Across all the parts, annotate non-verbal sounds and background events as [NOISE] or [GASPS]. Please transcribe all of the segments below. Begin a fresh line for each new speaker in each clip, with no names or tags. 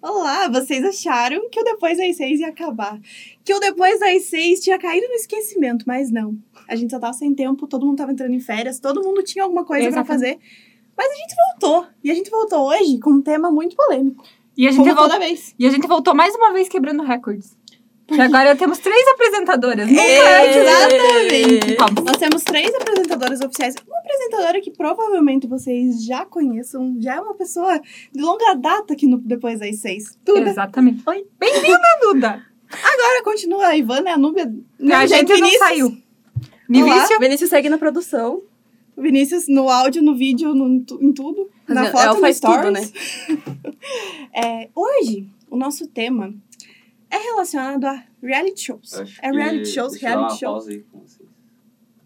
Olá, vocês acharam que o Depois das Seis ia acabar. Que o Depois das Seis tinha caído no esquecimento, mas não. A gente só tava sem tempo, todo mundo tava entrando em férias, todo mundo tinha alguma coisa pra fazer. Mas a gente voltou. E a gente voltou hoje com um tema muito polêmico.
E a, gente
Como
voltou,
toda vez.
e a gente voltou mais uma vez quebrando recordes. E agora temos três apresentadoras. Nunca antes.
é, Exatamente.
Vamos.
Nós temos três apresentadoras oficiais. Uma apresentadora que provavelmente vocês já conheçam, já é uma pessoa de longa data aqui no Depois das Seis. Duda.
Exatamente. Oi. Bem-vinda, Duda.
Agora É, continua a Ivana, a Núbia.
a gente não
Vinícius.
saiu. Vinícius,
Vinícius segue na produção.
Vinícius no áudio, no vídeo, no, tu- em tudo.
Mas
na
ela-
foto,
ela
no
faz
stories.
tudo,
[LAUGHS] É, hoje, o nosso tema é relacionado a reality shows.
Acho
é reality shows,
deixa eu dar
reality
uma
shows.
pausa aí com vocês.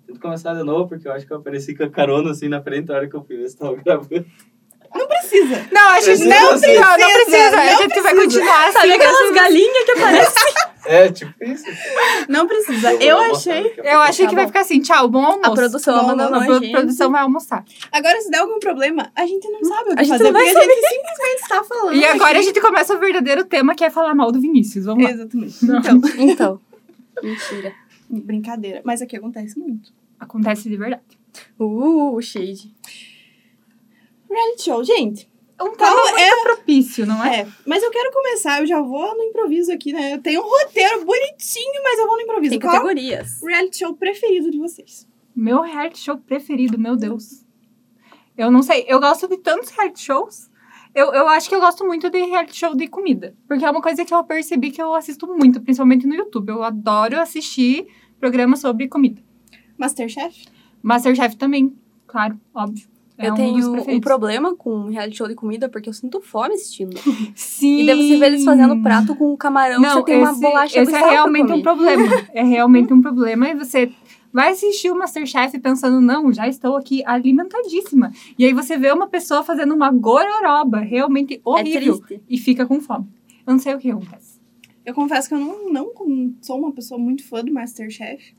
Tento começar de novo, porque eu acho que eu apareci com a carona assim na frente na hora que eu fui ver se tava gravando.
Não precisa.
Não, a gente não,
Não
precisa, não,
precisa,
precisa. a
não
gente vai continuar.
Sabe
assim,
aquelas galinhas que aparecem?
É, tipo isso.
Não precisa.
vou
Eu
dar uma
achei.
pausa daqui a
Eu
pouco.
achei que vai ficar assim, tchau, bom almoço.
A produção
Não,
mandou
não,
a
não,
pro-
gente.
produção vai almoçar.
Agora, se der algum problema, a gente não sabe o que
A gente
fazer.
não vai
porque a gente simplesmente está falando.
E agora a
aqui.
gente começa o verdadeiro tema, que é falar mal do Vinícius. Vamos lá.
Exatamente. Então,
Então. [LAUGHS] Mentira.
brincadeira. Mas aqui acontece muito.
Acontece de verdade.
Uh, shade.
Reality show, gente. Qual
Um tema muito
é-
propício, não é?
É, mas eu quero começar, eu já vou no improviso aqui, né? Eu tenho um roteiro bonitinho, mas eu vou no improviso.
Tem
Qual é
categorias.
o reality show preferido de vocês?
Meu reality show preferido, meu Deus. Eu não sei, eu gosto de tantos reality shows. Eu, eu acho que eu gosto muito de reality show de comida. Porque é uma coisa que eu percebi que eu assisto muito, principalmente no YouTube. Eu adoro assistir programas sobre comida.
Masterchef?
Masterchef também, claro, óbvio. É
eu
um dos
tenho um
preferidos.
problema com reality show de comida porque eu sinto fome assistindo.
Sim.
E daí você vê eles fazendo prato com camarão,
Não,
Então, você tem uma
esse- Esse
bolacha
é
abissal pra
realmente
comer.
um problema.
[LAUGHS]
É realmente um problema. E você vai assistir o Masterchef pensando, não, já estou aqui alimentadíssima. E aí você vê uma pessoa fazendo uma gororoba, realmente horrível.
É triste.
e fica com fome. Eu não sei o que acontece.
Eu confesso que eu não, não com- sou uma pessoa muito fã do Masterchef,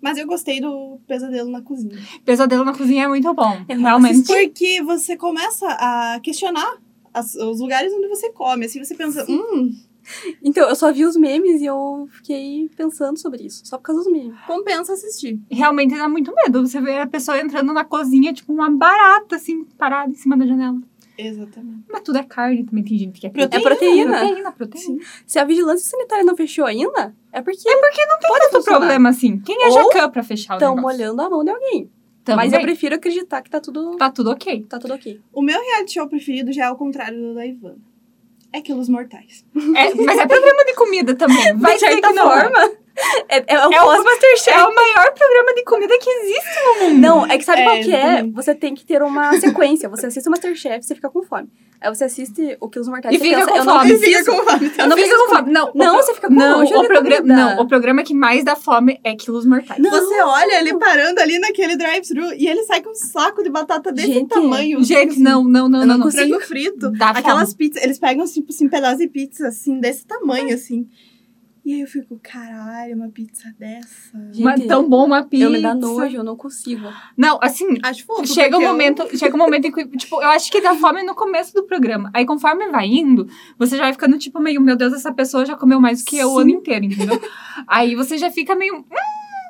mas eu gostei do Pesadelo na Cozinha.
Pesadelo na cozinha é muito bom.
Eu não
realmente.
Porque você começa a questionar as- os lugares onde você come. Assim, você pensa, hum,
Então, eu só vi os memes e eu fiquei pensando sobre isso. Só por causa dos memes.
compensa assistir.
Realmente dá muito medo. Você vê a pessoa entrando na cozinha, tipo uma barata, assim, parada em cima da janela.
Exatamente.
Mas tudo é carne, também tem gente que é
Proteína,
É proteína.
Proteína, proteína.
Se a vigilância sanitária não fechou ainda, é porque
Não tem tanto
funcionar.
problema assim. Quem é
Ou
Jacan pra fechar o
estão
negócio?
molhando a mão de alguém.
Também.
Mas é eu prefiro acreditar que tá tudo,
Tá tudo ok.
tá tudo ok.
O meu reality show preferido já é o contrário do da Ivana. É Quilos Mortais.
É, mas é programa de comida também. Vai
de
ser
certa
que não.
forma. É, é, o
É o-
pós-Masterchef.
É o maior programa de comida que existe.
Não, é que sabe
É,
qual que é?
exatamente.
Você tem que ter
[LAUGHS]
uma sequência. Você assiste o Masterchef, você fica com fome. Aí você assiste o Quilos Mortais
E
você
fica
pensa,
com
eu não
fome.
preciso.
Fica com fome.
Eu não
Fica
preciso
com fome. Não, o
Não,
pro-
você fica com
não,
nojo
o
da
programa,
comida.
não, o programa que mais dá fome é Quilos Mortais.
Não.
Você
é
olha ele parando ali naquele drive-thru e ele sai com um saco de batata desse
Gente,
tamanho.
Gente, não, não, não,
Eu
não.
não
não.
consigo.
Frango frito.
Dá
aquelas pizzas. Eles pegam, tipo, assim, pedaços de pizza, assim, desse tamanho, assim. E aí eu fico, caralho, uma pizza dessa.
Gente,
Mas tão bom uma pizza.
Eu me dá nojo, eu não consigo.
Não, assim,
Acho fofo.
chega o
porque eu-
momento, chega o momento em que, tipo, eu acho que dá fome no começo do programa. Aí conforme vai indo, você já vai ficando tipo meio, meu Deus, essa pessoa já comeu mais do que eu o
Sim.
ano inteiro, entendeu? Aí você já fica meio, hum,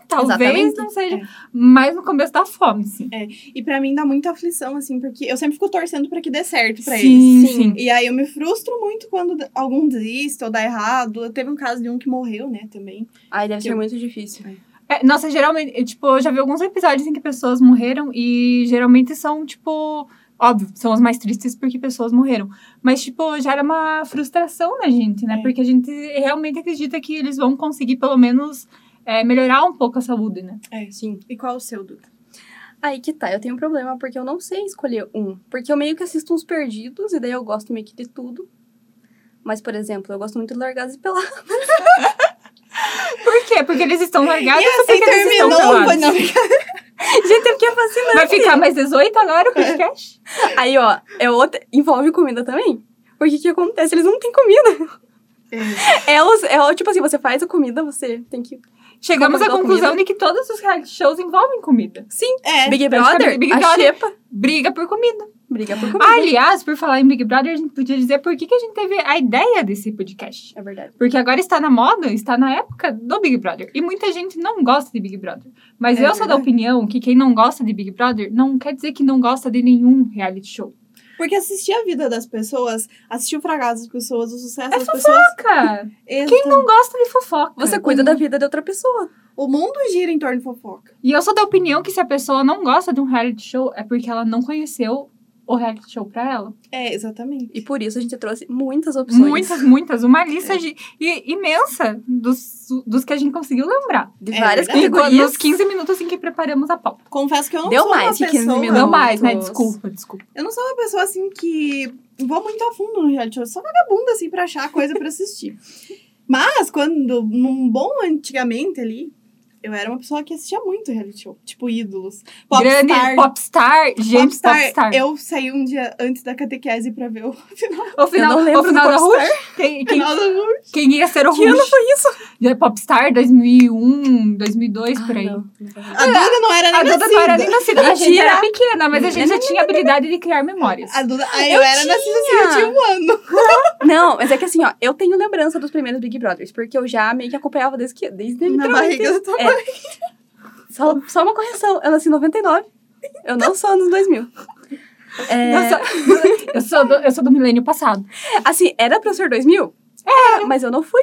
talvez
Exatamente.
não seja,
É.
mas no começo dá fome, sim.
E pra mim dá muita aflição, assim, porque eu sempre fico torcendo pra que dê certo pra eles.
sim,
Sim.
sim.
E aí eu me frustro muito quando d- algum desiste ou dá errado. Teve um caso de um que morreu, né, também.
Ai, deve ser
Eu-
muito difícil.
É, nossa, geralmente, é, tipo, eu já vi alguns episódios em que pessoas morreram e geralmente são, tipo, óbvio, são os mais tristes porque pessoas morreram. Mas, tipo, gera uma frustração na gente, né?
É.
Porque a gente realmente acredita que eles vão conseguir, pelo menos, é, melhorar um pouco a saúde, né?
Sim.
E qual o seu, Duda?
Aí que tá, eu tenho um problema porque eu não sei escolher um. Porque eu meio que assisto uns perdidos e daí eu gosto meio que de tudo. Mas, por exemplo, eu gosto muito de Largados
[LAUGHS]
e Pelados.
Por quê? Porque eles estão largados
e
ou
assim
porque eles estão
terminou.
pelados?
não,
é
Gente, eu fiquei fascinada.
Vai ficar mais 18 agora o podcast?
Aí, ó, é outra... envolve comida também. Porque o que acontece? Eles não têm comida.
É.
É, os, é o- tipo assim, você faz a comida, você tem que
Chegamos à
Concordou
conclusão
comigo?
de que todos os reality shows envolvem comida.
Sim.
É.
Big
Praticamente
Brother,
Big
a
Brother.
Xepa.
Briga por comida.
Briga por comida.
Aliás, por falar em Big Brother, a gente podia dizer por que, que a gente teve a ideia desse podcast.
É verdade.
Porque agora está na moda, está na época do Big Brother. E muita gente não gosta de Big Brother. Mas
É
eu sou da
verdade.
opinião que quem não gosta de Big Brother não quer dizer que não gosta de nenhum reality show.
Porque assistir a vida das pessoas, assistir o fracasso das pessoas, o sucesso das pessoas.
Fofoca!
Quem
Não gosta de fofoca.
Você cuida da vida de outra pessoa.
O mundo gira em torno de fofoca.
E eu sou da opinião que se a pessoa não gosta de um reality show, é porque ela não conheceu o reality show pra ela.
É, exatamente.
E por isso a gente trouxe muitas opções.
Muitas, muitas. Uma lista
É.
gi- e- imensa dos, dos que a gente conseguiu lembrar.
De
É
várias
verdade.
E nos
categorias.
15 minutos em que preparamos a pauta.
Confesso que eu não
Deu
sou uma
mais que 15
pessoa.
minutos.
Não mais, né?
Prontos.
Desculpa, desculpa.
Eu não sou uma pessoa assim que vou muito a fundo no reality show. Eu sou vagabunda assim pra achar coisa pra assistir. Mas quando num bom antigamente ali, eu era uma pessoa que assistia muito reality show, tipo ídolos,
Grande
popstar.
popstar, gente, popstar.
Popstar, Eu saí um dia antes da catequese pra ver o final,
O final,
Eu não lembro
o final
do
da
Popstar.
Rush? Quem, quem,
final do mundo.
quem ia ser o
Que ano
Rush?
foi isso?
Já é Popstar 2001, 2002, por aí. Ah,
Ah, não. Não foi nada.
A Duda não era nem
A Duda não era nem nascida. assim, A gente
Mentira. É.
era pequena, mas a gente já tinha habilidade de criar memórias.
A Duda, aí eu,
Eu
era nascida assim, eu
tinha.
tinha um ano.
[LAUGHS] Não, mas é que assim, ó, eu tenho lembrança dos primeiros Big Brothers, porque eu já meio que acompanhava desde que desde
Na
literalmente-
barriga da tua
É. Só, só uma correção, eu nasci em 99. Eu não sou anos 2000. É,
Eu, sou, [LAUGHS] eu, sou do, eu sou do milênio passado.
assim, era pra eu ser 2000? É. Mas eu não fui.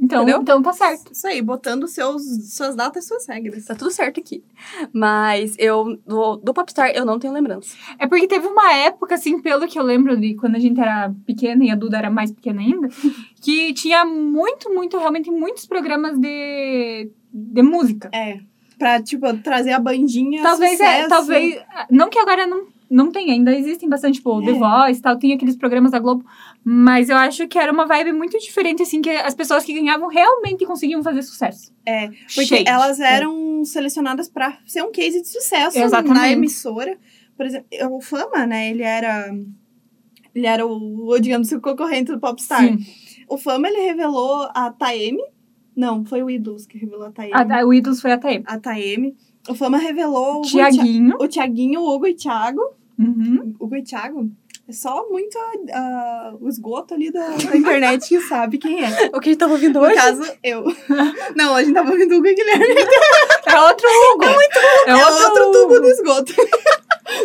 Então,
Entendeu?
então tá certo.
Isso aí, botando seus, suas datas e suas regras.
Tá tudo certo aqui. Mas eu, do, do Popstar, eu não tenho lembrança.
É porque teve uma época, assim, pelo que eu lembro de quando a gente era pequena e a Duda era mais
[LAUGHS]
pequena ainda, que tinha muito, muito, realmente muitos programas de, de música.
É. Pra, tipo, trazer a bandinha.
Talvez, é,
sucesso.
talvez. Não que agora não, não tenha, ainda existem bastante, tipo,
É.
The Voice e tal, tem aqueles programas da Globo. Mas eu acho que era uma vibe muito diferente, assim, que as pessoas que ganhavam realmente conseguiam fazer sucesso.
É, Porque
Shade.
elas eram selecionadas pra ser um case de sucesso na
Exatamente.
emissora. Por exemplo, o Fama, né? Ele era. Ele era o, o, digamos, o concorrente do Popstar.
Sim.
O Fama, ele revelou a Taeme. Não, foi o Idols que revelou a Taeme.
A, a, o Idols foi até
A Taeme. O Fama revelou o é. Hugo e Thi-
Tiaguinho.
o Tiaguinho, o Hugo e Thiago.
Uhum.
Hugo e Thiago. É só muito a- a- o esgoto ali da, da internet que sabe quem é.
[LAUGHS] O que a gente tava ouvindo
No
hoje?
caso, eu. [LAUGHS] Não, a gente tava ouvindo o Hugo e Guilherme.
É outro Hugo. É,
É outro tubo
Hugo.
do esgoto.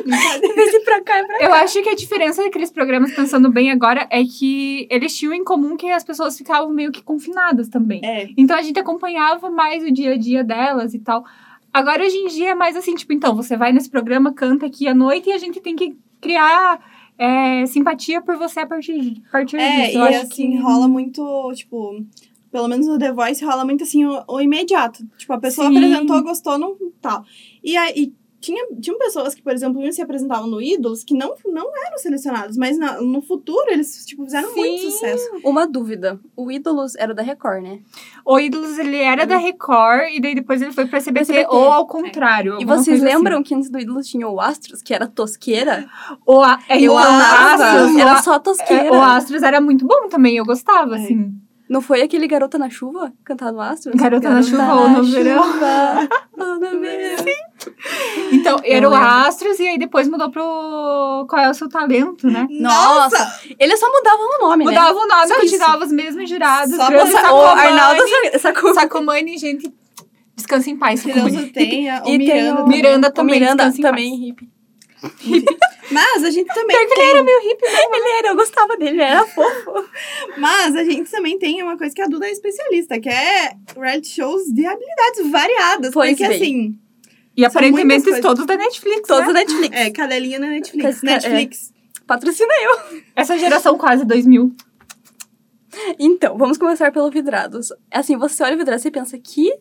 Brincadeira.
Em vez de ir pra cá, [LAUGHS] é pra
Eu acho que a diferença daqueles programas, pensando bem agora, é que eles tinham em comum que as pessoas ficavam meio que confinadas também.
É.
Então a gente acompanhava mais o dia a dia delas e tal. Agora hoje em dia é mais assim, tipo, então você vai nesse programa, canta aqui à noite e a gente tem que criar é, simpatia por você a partir, a partir
É,
disso.
e
Eu acho
assim,
que-
rola muito, tipo... Pelo menos no The Voice rola muito, assim, o, o imediato. Tipo, a pessoa
Sim.
apresentou, gostou, não tal. E aí... Tinha, tinham pessoas que, por exemplo, iam se apresentavam no Ídolos que não, não eram selecionados, mas na- no futuro eles tipo, fizeram muito
Sim.
sucesso.
Uma dúvida. O Ídolos era da Record, né?
O Ídolos, ele era da Record e daí depois ele foi pra CBT,
SBT.
ou ao contrário.
E
alguma
vocês
coisa assim.
lembram que antes do Ídolos tinha o Astros, que era tosqueira?
O, a, é,
Eu
o
amava.
Astros, o
Era
A-
só
é,
tosqueira.
o Astros era muito bom também, eu gostava,
É.
assim.
Não foi aquele Garota na Chuva cantar no Astros?
Garota na Chuva ou no
é
Verão.
[LAUGHS] verão.
Então, era o
lembro.
Astros e aí depois mudou pro Qual é o seu talento, né?
Nossa! Ele só mudava o nome, né?
Mudava o nome,
Só
continuava os mesmos jurados.
Só
grandes
pra-
Nossa, o
Sacomani,
Arnaldo sacou.
Sacomani, gente. Descansa em paz, Sacomani.
[LAUGHS] Tirando tenha, o
E tem
Miranda.
o-
também.
Miranda
O
também.
Miranda
descansa em
também, assim hippie.
Mas a gente também
Pior que
tem.
Ele era, eu gostava dele, ele era fofo.
Mas a gente também tem uma coisa que a Duda é especialista, que é reality shows de habilidades variadas.
Pois
porque
bem.
assim,
paz. E
muitas
aparentemente
coisas.
todos da Netflix,
Todos
né?
da Netflix.
é, cadelinha na Netflix.
Coisa- é.
Netflix.
Patrocina eu.
Essa geração quase 2000.
Então, vamos começar pelo Vidrados. Assim, você olha o Vidrados e pensa, que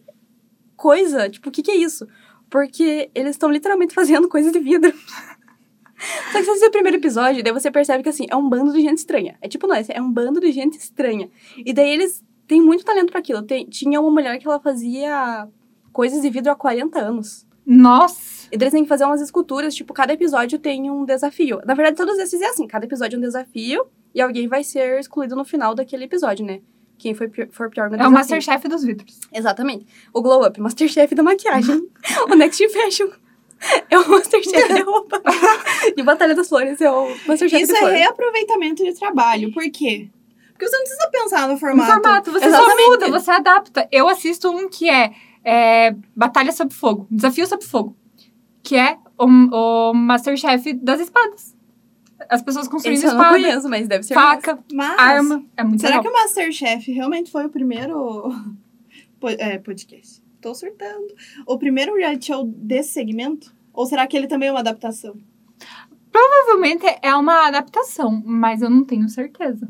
coisa? Tipo, o que, que é isso? Porque eles estão literalmente [LAUGHS] fazendo coisa de vidro. Só que se você vê o primeiro episódio, daí você percebe que, assim, é um bando de gente estranha. É tipo nós, é um bando de gente estranha. E daí eles têm muito talento pra aquilo. Tem- tinha uma mulher que ela fazia coisas de vidro há 40 anos.
Nossa.
E daí eles têm que fazer umas esculturas, tipo, cada episódio tem um desafio. Na verdade, todos esses é assim, cada episódio é um desafio e alguém vai ser excluído no final daquele episódio, né? Quem foi pior, for pior no
É o
desafio.
Masterchef dos vidros.
Exatamente. O Glow Up, Masterchef
[LAUGHS]
da maquiagem. o Next Fashion é o Masterchef de
[LAUGHS]
roupa. e Batalha das Flores é o Masterchef
Isso
de
é
flores.
reaproveitamento de trabalho. Por quê? Porque você não precisa pensar no
No
formato.
Um formato, você
Exatamente.
só muda, você adapta. Eu assisto um que é, é, Batalha sob Fogo, Desafio sob Fogo, que é o, o Masterchef das espadas. As pessoas construindo
Esse eu não
espada,
conheço, mas deve ser.
faca,
Mas,
arma. É muito
será
legal.
que o Masterchef realmente foi o primeiro [LAUGHS] po- é, podcast? Tô surtando. O primeiro reality show desse segmento? Ou será que ele também é uma adaptação?
Provavelmente é uma adaptação, mas eu não tenho certeza.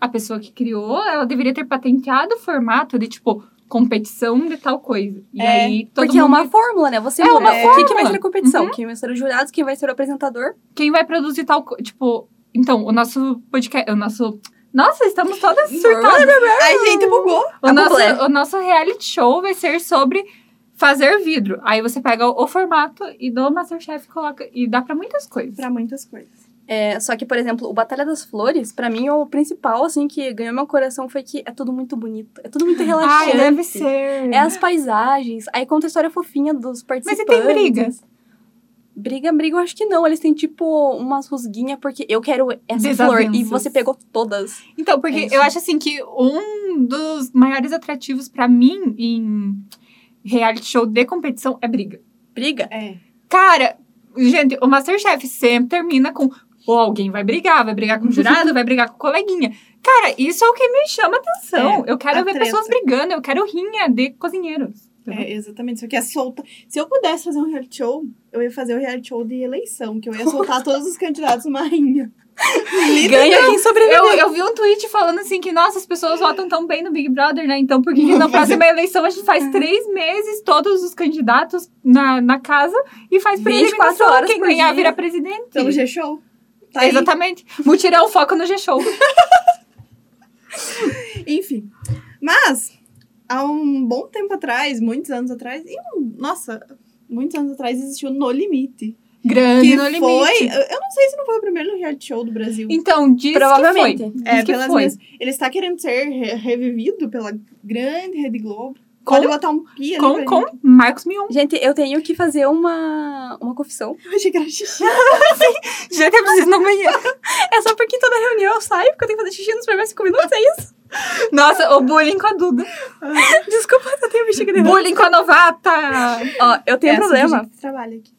A pessoa que criou, ela deveria ter patenteado o formato de, tipo, competição de tal coisa. E
É,
aí, todo
Porque é
mundo-
uma fórmula, né? Você
É uma
muda. O que, que vai
fórmula. Uhum.
ser a competição? Quem vai ser os jurados? Quem vai ser o apresentador?
Quem vai produzir tal coisa? Tipo, então, o nosso podcast... O nosso... Nossa, estamos todas surtadas. [LAUGHS]
Ai, gente, bugou.
O
A
nosso,
dublê.
o nosso reality show vai ser sobre fazer vidro. Aí você pega o, o formato e do Masterchef coloca... E dá pra muitas coisas.
Pra muitas coisas.
É, só que, por exemplo, o Batalha das Flores, pra mim, é o principal, assim, que ganhou meu coração foi que é tudo muito bonito. É tudo muito relaxante.
Ai, Ah, deve ser.
É as paisagens. Aí conta a história fofinha
Mas
dos
e
participantes.
tem briga?
Briga, briga, eu acho que não. Eles têm, tipo, umas rusguinhas, porque eu quero essa flor. E
Desavenças.
você pegou todas.
Então, porque
É isso.
eu acho assim que um dos maiores atrativos pra mim em reality show de competição é briga.
Briga?
É.
Cara, gente, o Masterchef sempre termina com ou alguém vai brigar, vai brigar com o jurado, vai brigar com o coleguinha. Cara, isso é o que me chama atenção. eu quero
a
ver
treta.
pessoas brigando, eu quero rinha de cozinheiros.
É, exatamente. Só que é solta. Se eu pudesse fazer um reality show, eu ia fazer o reality show de eleição, que eu ia
[LAUGHS]
soltar todos os candidatos numa rainha.
Ganha quem sobreviveu.
Eu, eu vi um tweet falando assim que, nossa, as pessoas votam tão bem no Big Brother, né? Então, por que que na próxima eleição a gente faz três meses todos os candidatos na, na casa e faz por
24
eliminação?
horas
Quem
por
ganhar
dia.
vira presidente?
Pelo G-Show. Então, Tá aí.
Exatamente. Mutirão foco no G-Show.
Enfim. Mas, há um bom tempo atrás, muitos anos atrás, e um, nossa, muitos anos atrás existiu No Limite.
Grande
que
no limite.
foi. eu- Eu não sei se não foi o primeiro reality show do Brasil.
Então, diz
Provavelmente.
que foi. Diz
É,
que
pelas
foi.
minhas- ele está querendo ser re- revivido pela grande Rede Globo.
Com-
Pode botar um pi ali
Com,
pra gente.
com Marcos Mion.
Gente, eu tenho que fazer uma, uma confissão.
Eu achei que era [LAUGHS] xixi.
Já tem preciso no [LAUGHS] banheiro.
É só porque toda reunião eu saio, porque eu tenho que fazer xixi nos primeiros cinco minutos, é isso?
Nossa, o bullying com a [LAUGHS] Duda.
Desculpa, eu tenho bexiga de
bullying com a novata.
Ó, eu tenho
É
um
assim que a
problema.
gente trabalha aqui.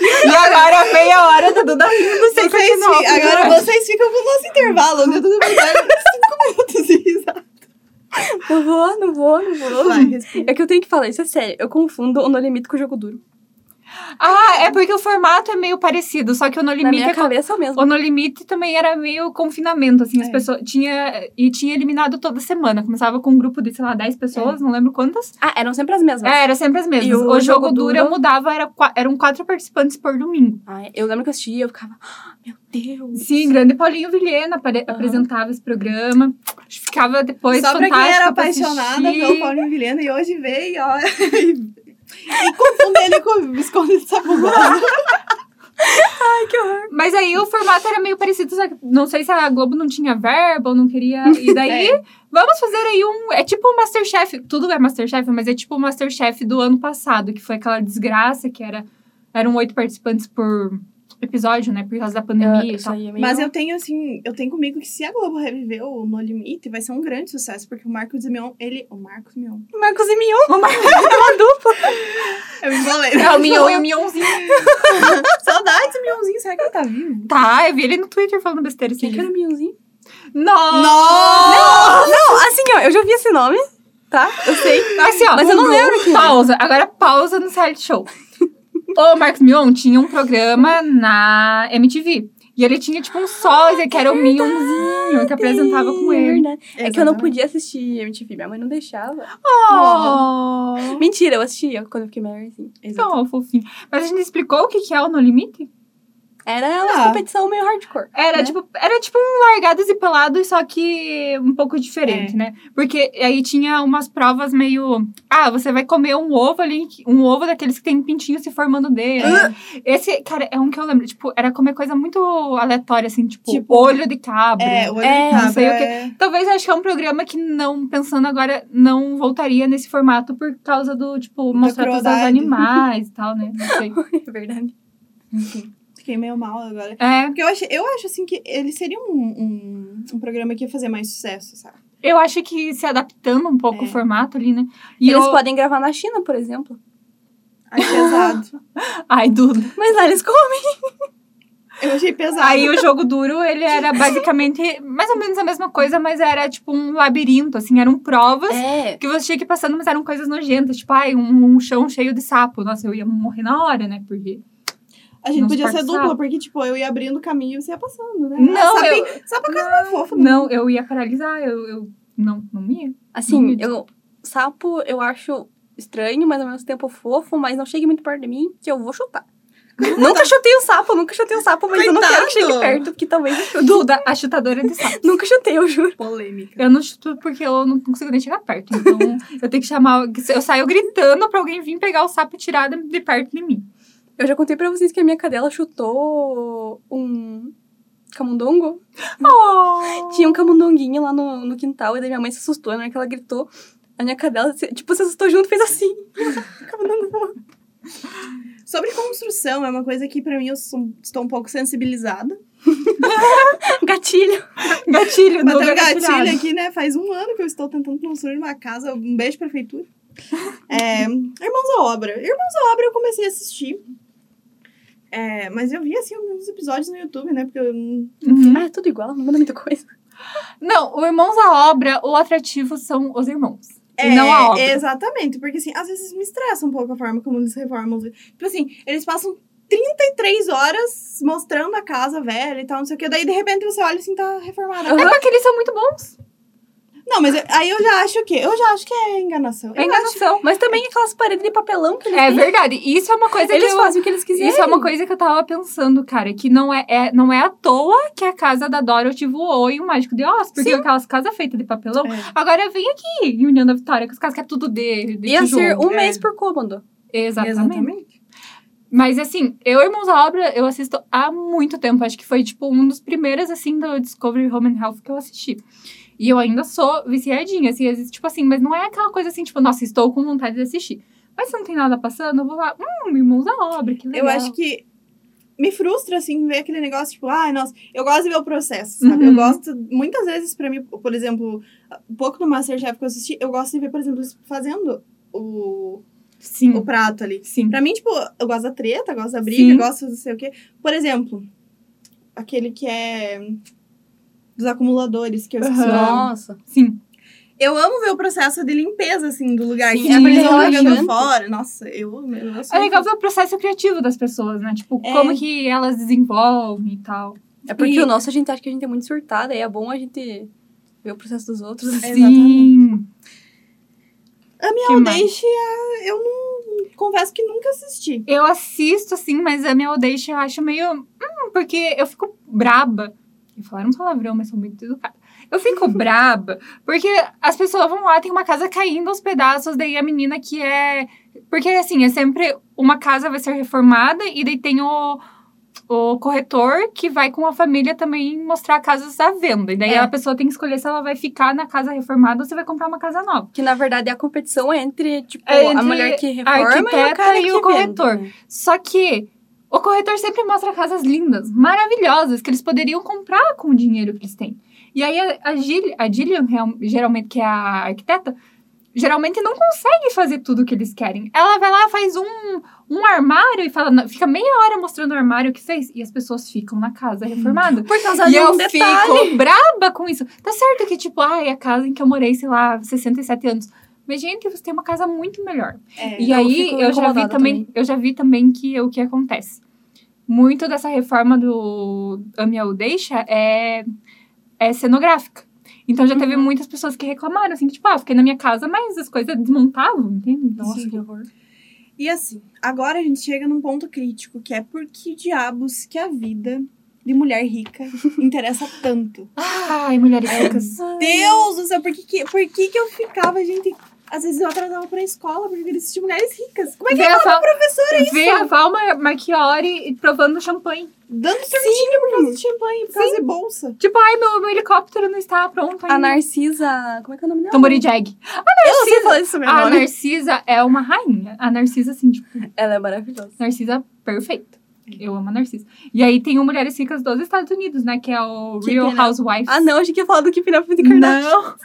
E agora, meia hora da Duda rindo sem
Vocês,
continuar.
fi- agora vocês ficam com o nosso intervalo, né? onde eu tô demorando [LAUGHS] cinco minutos [LAUGHS] de risada.
Não vou, não vou, não vou.
Vai, respira.
É que eu tenho que falar, isso é sério. Eu confundo o No Limite com o Jogo Duro.
Ah, é porque o formato é meio parecido, só que o No
Na
Limite
minha
é co-
cabeça é o mesmo.
o No Limite também era meio confinamento, assim, as
É.
pessoas tinha e tinha eliminado toda semana, começava com um grupo de, sei lá, 10 pessoas, não lembro quantas.
Ah, eram sempre as mesmas.
É, era sempre as mesmas.
E o
o,
jogo
jogo, duro eu
duro-
mudava, era, qua- eram quatro participantes por domingo.
Ai, eu lembro que eu assistia, eu ficava, "Ah, meu Deus.
Sim, grande Paulinho Vilhena apare- apresentava esse programa. Ficava depois
Só pra quem era
fantástica pra
apaixonada
assistir.
pelo Paulinho Vilhena e hoje veio, ó. [LAUGHS] e confunde ele com o Visconde de Sabugosa.
Mas aí o formato era meio parecido, só que não sei se a Globo não tinha verba ou não queria.
[LAUGHS]
E daí,
É.
vamos fazer aí um. É tipo o Masterchef, tudo é Masterchef, mas é tipo o Masterchef do ano passado, que foi aquela desgraça que era. Eram oito participantes por episódio, né? Por causa da
Ah,
pandemia e
isso
tal.
aí é meio-
Mas eu tenho, assim, eu tenho comigo que se a Globo reviveu o No Limite, vai ser um grande sucesso, porque o Marcos Mion, ele. O Marcos Mion.
Marcos e Mion.
é Eu me embolei.
É o
[LAUGHS]
Mion e o Mionzinho.
Saudades, Mionzinho, será que ele tá vivo?
Tá, eu vi ele no Twitter falando besteira assim.
Quem que era o Mionzinho?
Nossa!
Nossa!
Não, assim, ó, eu já vi esse nome, tá? Eu sei.
Assim, ó,
Mas eu não
Google,
lembro quem era.
Pausa. Agora pausa no reality
[LAUGHS]
show. o Marcos Mion tinha um programa na MTV. E ele tinha, tipo, um
Ah,
sósia, que era o Mionzinho, que apresentava com ele.
Verdade. É que eu não podia assistir MTV, minha mãe não deixava.
Oh,
Mentira, assim. eu assistia quando eu fiquei maiorzinha.
então, fofinho. Mas a gente explicou o que que é o No Limite?
Era uma
Ah.
competição meio hardcore.
Era,
né?
tipo, era tipo um largados e pelados, só que um pouco diferente,
É.
né? Porque aí tinha umas provas meio. Ah, você vai comer um ovo ali, um ovo daqueles que tem pintinho se formando dele.
Ah!
Esse, cara, é um que eu lembro. Tipo, era comer coisa muito aleatória, assim, tipo,
Tipo,
olho de cabra.
É, o olho
É,
de
não sei
cabra
o quê.
é-
Talvez acho que é um programa que não, pensando agora, não voltaria nesse formato por causa do, tipo, mostrar todos os
crueldade.
animais e tal, né? Não
[LAUGHS]
sei.
É [LAUGHS] verdade.
Fiquei meio mal agora.
É,
Porque eu, achei, eu acho, assim, que ele seria um, um, um programa que ia fazer mais sucesso, sabe?
eu acho que se adaptando um pouco
É.
o formato ali, né? E
eles
eu-
podem gravar na China, por exemplo.
Achei
[LAUGHS]
pesado.
Ai, Duda.
Mas lá eles comem.
Eu achei pesado.
Aí o jogo duro, ele era basicamente mais ou menos a mesma coisa, mas era tipo um labirinto, assim, eram provas
É.
que você tinha que ir passando, mas eram coisas nojentas, tipo, ai, um, um chão cheio de sapo. Nossa, eu ia morrer na hora, né? Porque.
a gente
Não
podia ser
suporta
dupla,
sapo.
porque, tipo, eu ia abrindo o caminho e você ia passando, né?
Não,
sabe,
eu-
sabe a coisa mais fofa do
Não, eu ia paralisar, eu. eu não, não ia.
Assim,
Muito.
eu. Sapo, eu acho estranho, mas ao mesmo tempo fofo, mas não chegue muito perto de mim, que eu vou chutar. nunca chutei o sapo, nunca chutei o sapo, mas eu não quero que chegue
Coitado.
perto, porque talvez eu chute.
Duda, a chutadora de sapo.
Nunca chutei, eu juro.
Polêmica.
Eu não chuto porque eu não consigo nem chegar perto. Então, eu tenho que chamar. Eu saio gritando pra alguém vir pegar o sapo e tirar de- de perto de mim.
Eu já contei pra vocês que a minha cadela chutou um camundongo.
Oh!
Tinha um camundonguinho lá no, no quintal, e daí minha mãe se assustou, na hora que ela gritou. A minha cadela, se- tipo, se assustou junto, fez assim. [LAUGHS] Camundongo voou.
Sobre construção, é uma coisa que, pra mim, eu sou- estou um pouco sensibilizada.
Gatilho.
Gatilho,
Bateu
Duda.
um gatilho
gatilhado.
aqui, né? Faz um ano que eu estou tentando construir uma casa. Um beijo, prefeitura.
[LAUGHS]
É, Irmãos à Obra. Irmãos à Obra eu comecei a assistir. É, mas eu vi, assim, alguns episódios no YouTube, né? Porque eu não-
Uhum.
Ah, é tudo igual, não muda muita coisa.
Não, o Irmãos à Obra, o atrativo são os irmãos. E não a obra.
Exatamente, porque assim, às vezes me estressa um pouco a forma como eles reformam. os- Tipo assim, eles passam 33 horas mostrando a casa velha e tal, não sei o que. Daí, de repente, você olha assim, tá reformada.
[LAUGHS] É porque eles são muito bons.
Não, mas eu- aí eu já acho que. Eu já acho que é enganação.
É
Eu
enganação.
Mas também aquelas paredes de papelão que eles
É
têm.
verdade. E Isso é uma coisa
Eles
que eu...
fazem o que eles quiserem.
Isso é uma coisa que eu tava pensando, cara, que não é, é- não é à toa que a casa da Dorothy voou em O Mágico de Oz, porque aquelas casas feitas de papelão.
É.
Agora vem aqui, em União da Vitória, com as casas que é tudo de, de
Ia
tijolo.
ser um
é.
mês por cômodo.
Exatamente.
Exatamente.
Mas assim, eu Irmãos à Obra, eu assisto há muito tempo. Acho que foi, tipo, um dos primeiros, assim, do Discovery Home and Health que eu assisti. E eu ainda sou viciadinha, assim, às vezes, tipo assim, mas não é aquela coisa assim, tipo, nossa, estou com vontade de assistir. Mas se não tem nada passando, eu vou lá, hum, Irmãos à Obra, que legal.
Eu acho que me frustra, assim, ver aquele negócio, tipo, ai, nossa, eu gosto de ver o processo, sabe?
Uhum.
Eu gosto, muitas vezes, pra mim, por exemplo, um pouco do Masterchef que eu assisti, eu gosto de ver, por exemplo, eles fazendo o,
Sim,
o prato ali.
sim.
Pra mim, tipo, eu gosto da treta, eu gosto da briga,
Hum. Sim.
eu gosto do sei o quê. Por exemplo, aquele que é dos acumuladores, que eu esqueci. o
Aham.
nome.
Nossa.
Sim.
Eu amo ver o processo de limpeza, assim, do lugar.
Sim,
que é, por
é
exemplo, jogando
relaxante.
fora. Nossa, eu... eu sou
É legal ver o processo criativo das pessoas, né? Tipo,
É.
como que elas desenvolvem e tal.
É porque
E-
o nosso a gente acha que a gente é muito surtada, e é bom a gente ver o processo dos outros. assim.
É.
Sim.
A minha
Que
Aldeixe, é- eu não confesso que nunca assisti.
Eu assisto, assim, mas a minha deixa eu acho meio. Hum, porque eu fico braba. Eu falar um palavrão, mas sou muito educada. Eu fico braba, porque as pessoas vão lá, tem uma casa caindo aos pedaços, daí a menina que é. Porque assim, é sempre uma casa vai ser reformada e daí tem o, o corretor que vai com a família também mostrar casas à venda. E daí
É.
a pessoa tem que escolher se ela vai ficar na casa reformada ou se vai comprar uma casa nova.
Que na verdade a competição é entre, tipo,
É entre
a mulher que
a
reforma e o
arquiteta
cara
e
que
o
vende.
corretor. Só que o corretor sempre mostra casas lindas, maravilhosas, que eles poderiam comprar com o dinheiro que eles têm. E aí a, a, Gil- a Gillian, real- geralmente, que é a arquiteta, geralmente não consegue fazer tudo o que eles querem. Ela vai lá, faz um, um armário e fala, "Não", fica meia hora mostrando o armário que fez, e as pessoas ficam na casa reformada.
Por causa
E
de
eu
um detalhe.
fico braba com isso. Tá certo que, tipo, ai, a casa em que eu morei, sei lá, 67 anos. Mas, gente, você tem uma casa muito melhor.
É.
E
eu
aí
fico
eu já vi
incomodada
também, eu já vi também que o que acontece. Muito dessa reforma do Amiel deixa é é cenográfica. Então já teve muitas pessoas que reclamaram assim, que, tipo, ah, eu fiquei na minha casa, mas as coisas desmontavam, entende? Então,
Nossa, que horror.
E assim, agora a gente chega num ponto crítico, que é por que diabos que a vida de mulher
[LAUGHS]
rica interessa tanto?
Ai, mulheres
É,
É
ricas.
Deus do céu, por que que, por que que eu ficava, gente... Às vezes eu atrasava pra escola porque eu queria assistir mulheres ricas. Como é que
Vê
é
a, Val,
professora
vê a Val Mar- Marchiori provando champanhe.
dando certinho por causa de champanhe, por causa de bolsa?
Tipo, ai, meu, meu helicóptero não está pronto ainda.
A Narcisa. Como é que é o nome dela?
Tambori Jag.
Eu não sei falar isso meu
A
nome.
Narcisa é uma rainha. A Narcisa, assim, tipo,
Ela é maravilhosa.
Narcisa perfeita. Eu amo a Narcisa. E aí tem o Mulheres Ricas dos Estados Unidos, né? Que é o
Que
Real
pena.
Housewives.
Ah, não, achei que ia falar do Keeping Up with the Kardashians.
Não,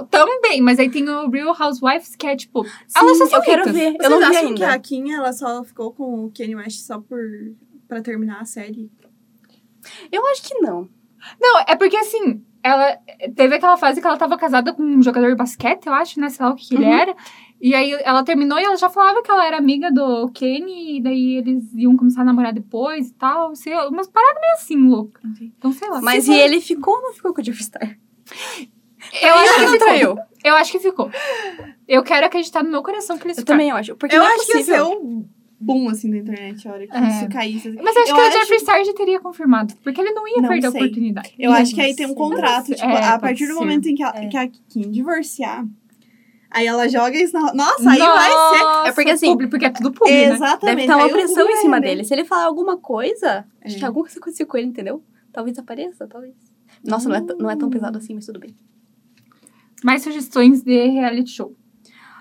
não, também. Mas aí tem o Real Housewives, que é tipo.
Sim,
elas só são
eu quero
ricas.
ver.
Vocês
eu não vi
acham que
ainda.
a Kim, ela só ficou com o Kanye West só por... Pra terminar a série.
é?
Eu acho que não.
Não, é porque assim, ela teve aquela fase que ela tava casada com um jogador de basquete, eu acho, né? Sei lá o que, que ele
Uhum.
era. E aí ela terminou e ela já falava que ela era amiga do Kenny, e daí eles iam começar a namorar depois e tal. Sei, lá, umas paradas meio assim, louca.
Entendi.
Então, sei lá.
Mas e ele ficou ou não ficou com o Jeff Star?
eu acho
[LAUGHS]
que
não
ficou.
traiu.
Eu acho que ficou. Eu quero acreditar no meu coração que eles
Eu
ficaram.
também acho. Porque
eu
não é
acho que ia ser
possível.
um boom, assim, da internet, a hora que
É.
isso caísse. assim.
Mas eu acho
Eu
que
acho-
o Jeffree Star já teria confirmado. Porque ele não ia
Não
perder
sei.
a oportunidade.
Eu acho que aí tem um
Sim.
contrato,
Mas,
tipo,
é,
a
pode
partir do
ser.
momento em que, ela,
É.
que a Kim divorciar, aí ela joga isso na. Nossa, aí vai ser.
Nossa,
É porque, assim,
público, porque é tudo público, né?
Exatamente.
Deve estar uma
aí o
pressão
Google
em cima
vai render.
dele. Se ele falar alguma coisa,
É.
acho que alguma coisa aconteceu com ele, entendeu? Talvez apareça, talvez. Nossa, não é, t- não é tão
Hum.
pesado assim, mas tudo bem.
Mais sugestões de reality show.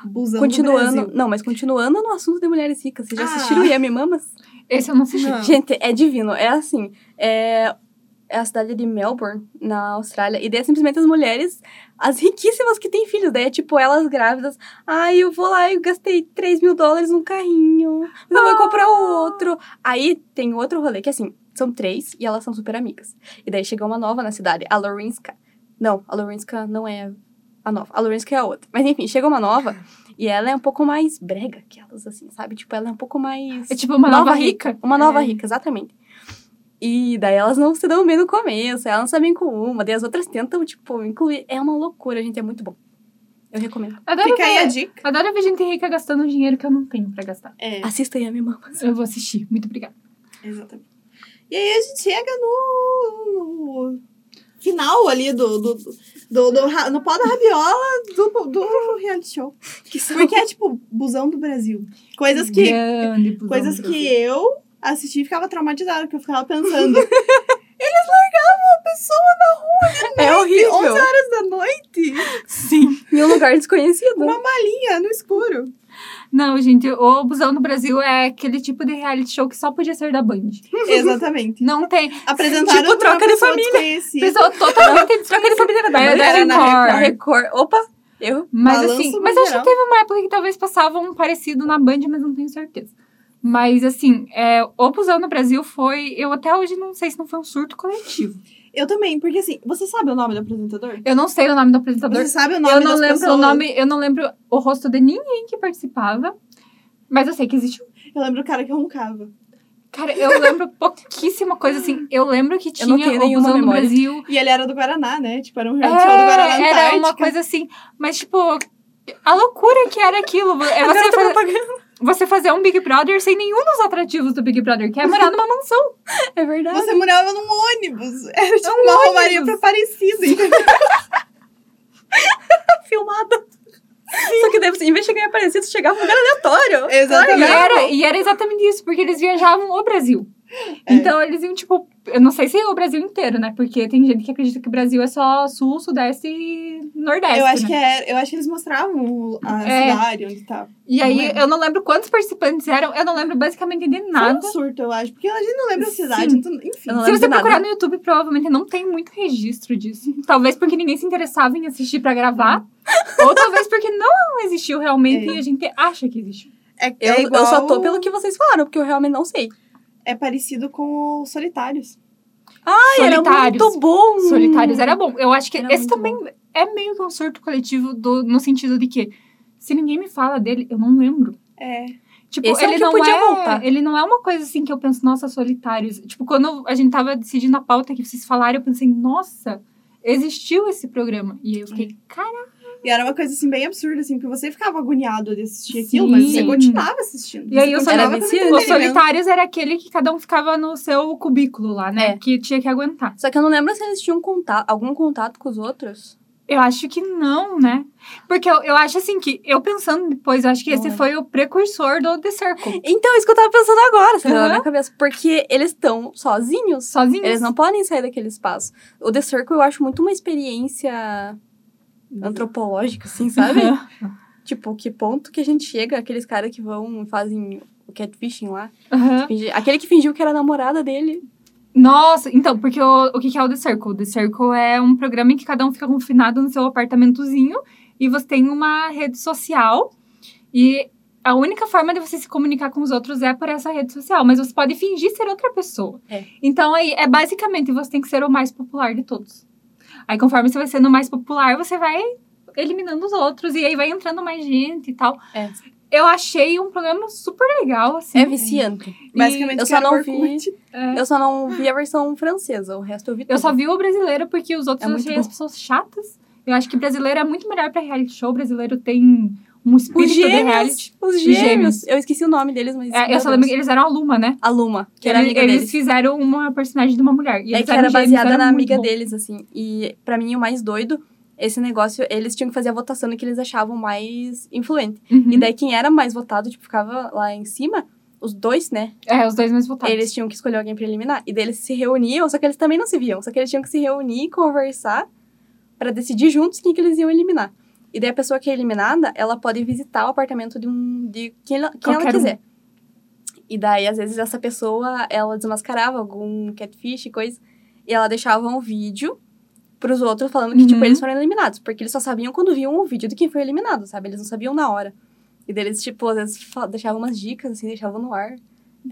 Busão do
Continuando.
Brasil.
Não, mas continuando no assunto de mulheres ricas. Vocês já
Ah.
assistiram Yami Mamas?
Esse eu não assisti.
Não.
Gente, é divino. É assim. É, é a cidade de Melbourne, na Austrália. E daí é simplesmente as mulheres, as riquíssimas que têm filhos. Daí é tipo elas grávidas. Ai, eu vou lá e gastei 3 mil dólares num carrinho. Mas eu vou comprar outro. Aí tem outro rolê que assim, são três e elas são super amigas. E daí chegou uma nova na cidade, a Lorinska. Não, a Lorinska não é a nova. A Lorinska é a outra. Mas enfim, chegou uma nova e ela é um pouco mais brega que elas, assim, sabe? Tipo, ela é um pouco mais.
É tipo uma nova, rica.
Uma nova
É.
rica, exatamente. E daí elas não se dão bem no começo, elas não sabem com uma, daí as outras tentam, tipo, incluir. É uma loucura, gente, é muito bom. Eu recomendo.
Adoro
Fica aí a
ver,
dica.
adoro ver gente rica gastando dinheiro que eu não tenho pra gastar.
É,
Assista aí a minha mama.
Eu vou assistir. Muito obrigada.
exatamente. E aí a gente chega no. no final ali do. do, do, do- do ra- no pó da rabiola do, do reality show.
Que são
Porque é tipo, busão do Brasil. Coisas que.
Grande busão
Coisas
do
que
Brasil.
eu assisti e ficava traumatizada, porque eu ficava
[LAUGHS]
pensando. Eles largavam a pessoa
[LAUGHS] É
de 11
horrível.
horas da noite,
Sim.
Em um lugar desconhecido.
uma malinha no
[LAUGHS]
escuro.
Não, gente, o Busão do Brasil é aquele tipo de reality show que só podia ser da Band.
Exatamente.
Não tem.
Apresentaram
Tipo,
pra uma
troca de
pessoa
família.
desconhecida.
Pessoa totalmente
Troca de família era da
Era
Band,
da
era na
Record.
Record. Record. Opa, eu.
Mas
Balanço
assim,
no
mas acho
geral.
que teve uma época que talvez passava um parecido na Band, mas não tenho certeza. Mas assim, é, o Busão no Brasil foi. Eu até hoje não sei se não foi um surto coletivo.
Eu também, porque assim, você sabe o nome do apresentador?
Eu não sei o nome do apresentador.
Você sabe o nome
Eu não
das
lembro
pessoas?
o nome, eu não lembro o rosto de ninguém que participava. Mas eu sei que existe. um-
Eu lembro o cara que roncava.
Cara, eu lembro [LAUGHS] pouquíssima coisa assim. Eu lembro que
Eu não
tinha
tenho
o
nenhuma
Busão do
memória.
Brasil.
E ele era do Guaraná, né? Tipo, [LAUGHS] era um
É,
reality show do Guaraná
era uma
Antártica.
coisa assim. Mas, tipo, a loucura que era aquilo. É
Agora
você,
eu tô
fa-
propagando.
você fazer um Big Brother sem nenhum dos atrativos do Big Brother, que é morar numa mansão.
É verdade. [LAUGHS]
Você morava num ônibus. Era tipo
Um
uma
ônibus.
romaria pra Aparecida.
[LAUGHS]
entendeu?
filmada. Só que daí você, em vez de chegar em Aparecido, você chegava num lugar
É,
aleatório.
E
[LAUGHS] Exatamente.
era, tá e era exatamente isso, porque eles viajavam o Brasil.
É.
Então eles iam, tipo, eu não sei se é o Brasil inteiro, né? Porque tem gente que acredita que o Brasil é só sul, sudeste e nordeste.
Eu acho,
né?
que é era, eu acho que eles mostravam o- a
É.
cidade onde tá. tava.
E aí
Não lembro.
eu não lembro quantos participantes eram, eu não lembro basicamente de nada.
Foi um surto, eu acho. Porque a gente não lembra a cidade.
Sim.
então, enfim.
Eu não
Se
lembro
você
de nada.
procurar no YouTube, provavelmente não tem muito registro disso. Talvez porque ninguém se interessava em assistir pra
[LAUGHS]
gravar. ou talvez porque não existiu realmente
É.
e a gente acha que existiu.
É,
Eu,
é igual,
eu só tô pelo que vocês falaram, porque eu realmente não sei.
É parecido com os solitários.
Ai, era
Solitários.
muito bom.
Solitários era bom. Eu acho que
Era
esse
muito
também é meio que um surto coletivo do- no sentido de que se ninguém me fala dele, eu não lembro.
É.
Tipo,
Esse é o
ele
que eu
não
podia
é,
voltar.
ele não é uma coisa assim que eu penso, nossa, solitários. Tipo, quando a gente tava decidindo a pauta que vocês falaram, eu pensei, nossa, existiu esse programa. E aí eu fiquei, cara,
E era uma coisa assim bem absurda, assim, porque você ficava agoniado de assistir aquilo, mas você
Sim.
continuava assistindo.
E aí, o
você
Era
continuava com
viciante.
aquele
Os
entretenimento.
solitários era aquele que cada um ficava no seu cubículo lá, né?
É.
Que tinha que aguentar.
Só que eu não lembro se eles tinham contato, algum contato com os outros.
Eu acho que não, né? Porque eu, eu acho assim que, eu pensando depois, eu acho que esse
Não é.
foi o precursor do The Circle.
Então, isso que eu tava pensando agora, sabe?
Aham.
Na minha cabeça. Porque eles estão sozinhos.
Sozinhos.
Eles não podem sair daquele espaço. O The Circle eu acho muito uma experiência antropológica,
Uhum.
assim, sabe?
Aham.
Tipo, que ponto que a gente chega, aqueles caras que vão e fazem o catfishing lá.
Aham.
Fingi- Aquele que fingiu que era a namorada dele.
Nossa, então, porque o, o que que é o The Circle? O The Circle é um programa em que cada um fica confinado no seu apartamentozinho e você tem uma rede social e a única forma de você se comunicar com os outros é por essa rede social, mas você pode fingir ser outra pessoa.
É.
Então, aí, é basicamente, você tem que ser o mais popular de todos. Aí, conforme você vai sendo o mais popular, você vai eliminando os outros e aí vai entrando mais gente e tal.
É.
Eu achei um programa super legal, assim.
É viciante.
Basicamente, que
Eu só
era
não
o Orkut.
É.
Eu só não vi a versão francesa, o resto eu vi tudo.
Eu só vi o brasileiro porque os outros
É
eu
muito
achei
bom.
as pessoas chatas. Eu acho que brasileiro é muito melhor pra reality show. O brasileiro tem um
os
espírito de reality.
gêmeos. Os gêmeos.
Gêmeos.
Eu esqueci o nome deles, mas.
É,
assim, meu
eu só lembro que
Deus.
eles eram a Luma, né?
A Luma, que era
eles,
amiga
eles
deles.
fizeram uma personagem de uma mulher. E
É
eles
que
eram
era
gêmeos,
baseada
era
na
muito
amiga
bom.
deles, assim. E pra mim, o mais doido, esse negócio, eles tinham que fazer a votação do que eles achavam mais influente.
Uhum.
E daí, quem era mais votado, tipo, ficava lá em cima, os dois, né?
É, os dois mais votados.
Eles tinham que escolher alguém pra eliminar. E daí eles se reuniam, só que eles também não se viam. Só que eles tinham que se reunir e conversar pra decidir juntos quem que eles iam eliminar. E daí a pessoa que é eliminada, ela pode visitar o apartamento de um de quem ela, quem ela
Qualquer um.
quiser. E daí, às vezes, essa pessoa, ela desmascarava algum catfish, coisa. E ela deixava um vídeo pros outros falando que, tipo,
Uhum.
eles foram eliminados. Porque eles só sabiam quando viam o vídeo de quem foi eliminado, sabe? Eles não sabiam na hora. E daí eles, tipo, às vezes fa- deixavam umas dicas, assim, deixavam no ar. Era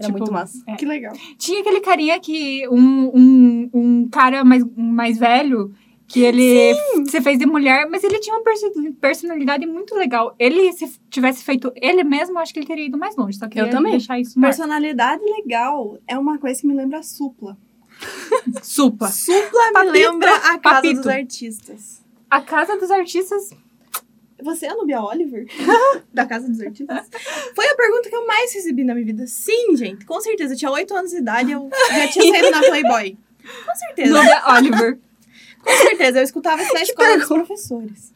Tipo,
muito massa.
É.
Que legal.
Tinha aquele carinha que... Um, um, um cara mais, um mais velho... Que ele se fez de mulher, mas ele tinha uma perso- personalidade muito legal. Ele, se tivesse feito ele mesmo, eu acho que ele teria ido mais longe. Só que
Eu também.
deixar isso no ar.
Personalidade legal é uma coisa que me lembra a supla.
Supa.
Supla me
Papito,
lembra a casa
papito.
dos artistas.
A Casa dos Artistas.
Você é a Nubia Oliver? [LAUGHS] da Casa dos Artistas? Foi a pergunta que eu mais recebi na minha vida. Sim, gente, com certeza. Eu tinha 8 anos de idade, eu já tinha saído na Playboy. Com certeza.
Nubia Oliver.
Com certeza, eu escutava isso na escola dos
pergunta.
professores.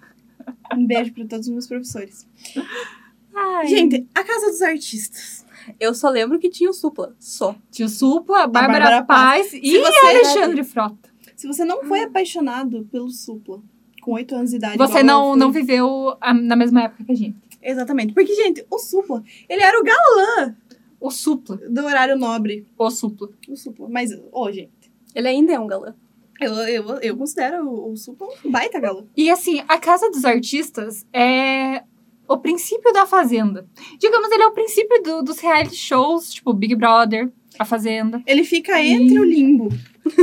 Um beijo pra todos os meus professores.
Ai.
Gente, a Casa dos Artistas.
Eu só lembro que tinha o Supla. Só.
Tio Supla, Bárbara,
Bárbara
Paz e
você-
Alexandre Frota.
Se você não foi apaixonado pelo Supla com 8 anos de idade...
Você
igual eu
não,
fui-
não viveu a- na mesma época que a gente.
Exatamente. Porque, gente, o Supla, ele era o galã
O Supla.
do horário nobre.
O Supla.
O Supla. Mas, ô, gente,
Ele ainda é
[LAUGHS]
um galã.
eu, eu, eu considero o, o Supla um baita galã.
E assim, a Casa dos Artistas é o princípio da Fazenda. Digamos, ele é o princípio do- dos reality shows, tipo Big Brother, A Fazenda.
Ele fica entre o limbo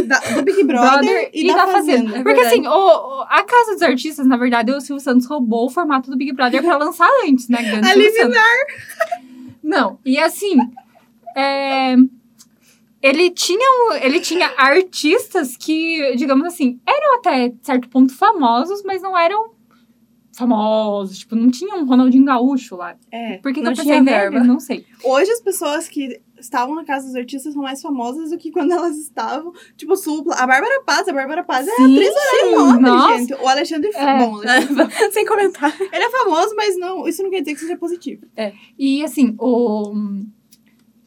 da- do Big Brother, e, da, Fazenda.
É
Porque
verdade.
assim, o- o- a Casa dos Artistas, na verdade, o Silvio Santos roubou o formato do Big Brother pra lançar antes, né?
[LAUGHS]
Grande
A
Silvio Santos. Não, e assim, é, ele, tinha, um- ele tinha artistas que, digamos assim, eram até certo ponto famosos, mas não eram famosos, tipo, não tinha um Ronaldinho Gaúcho lá.
É.
Por que que
Não
eu pensei
tinha
nele?
verba.
Não sei.
Hoje as pessoas que estavam na casa dos artistas são mais famosas do que quando elas estavam, tipo, supla. A Bárbara Paz, a Bárbara Paz é
Sim,
atriz do horário nobre,
nossa.
gente. O Alexandre
É.
Bom, o Alexandre-
Sem comentar.
ele é famoso, mas não, isso não quer dizer que seja positivo.
E assim, o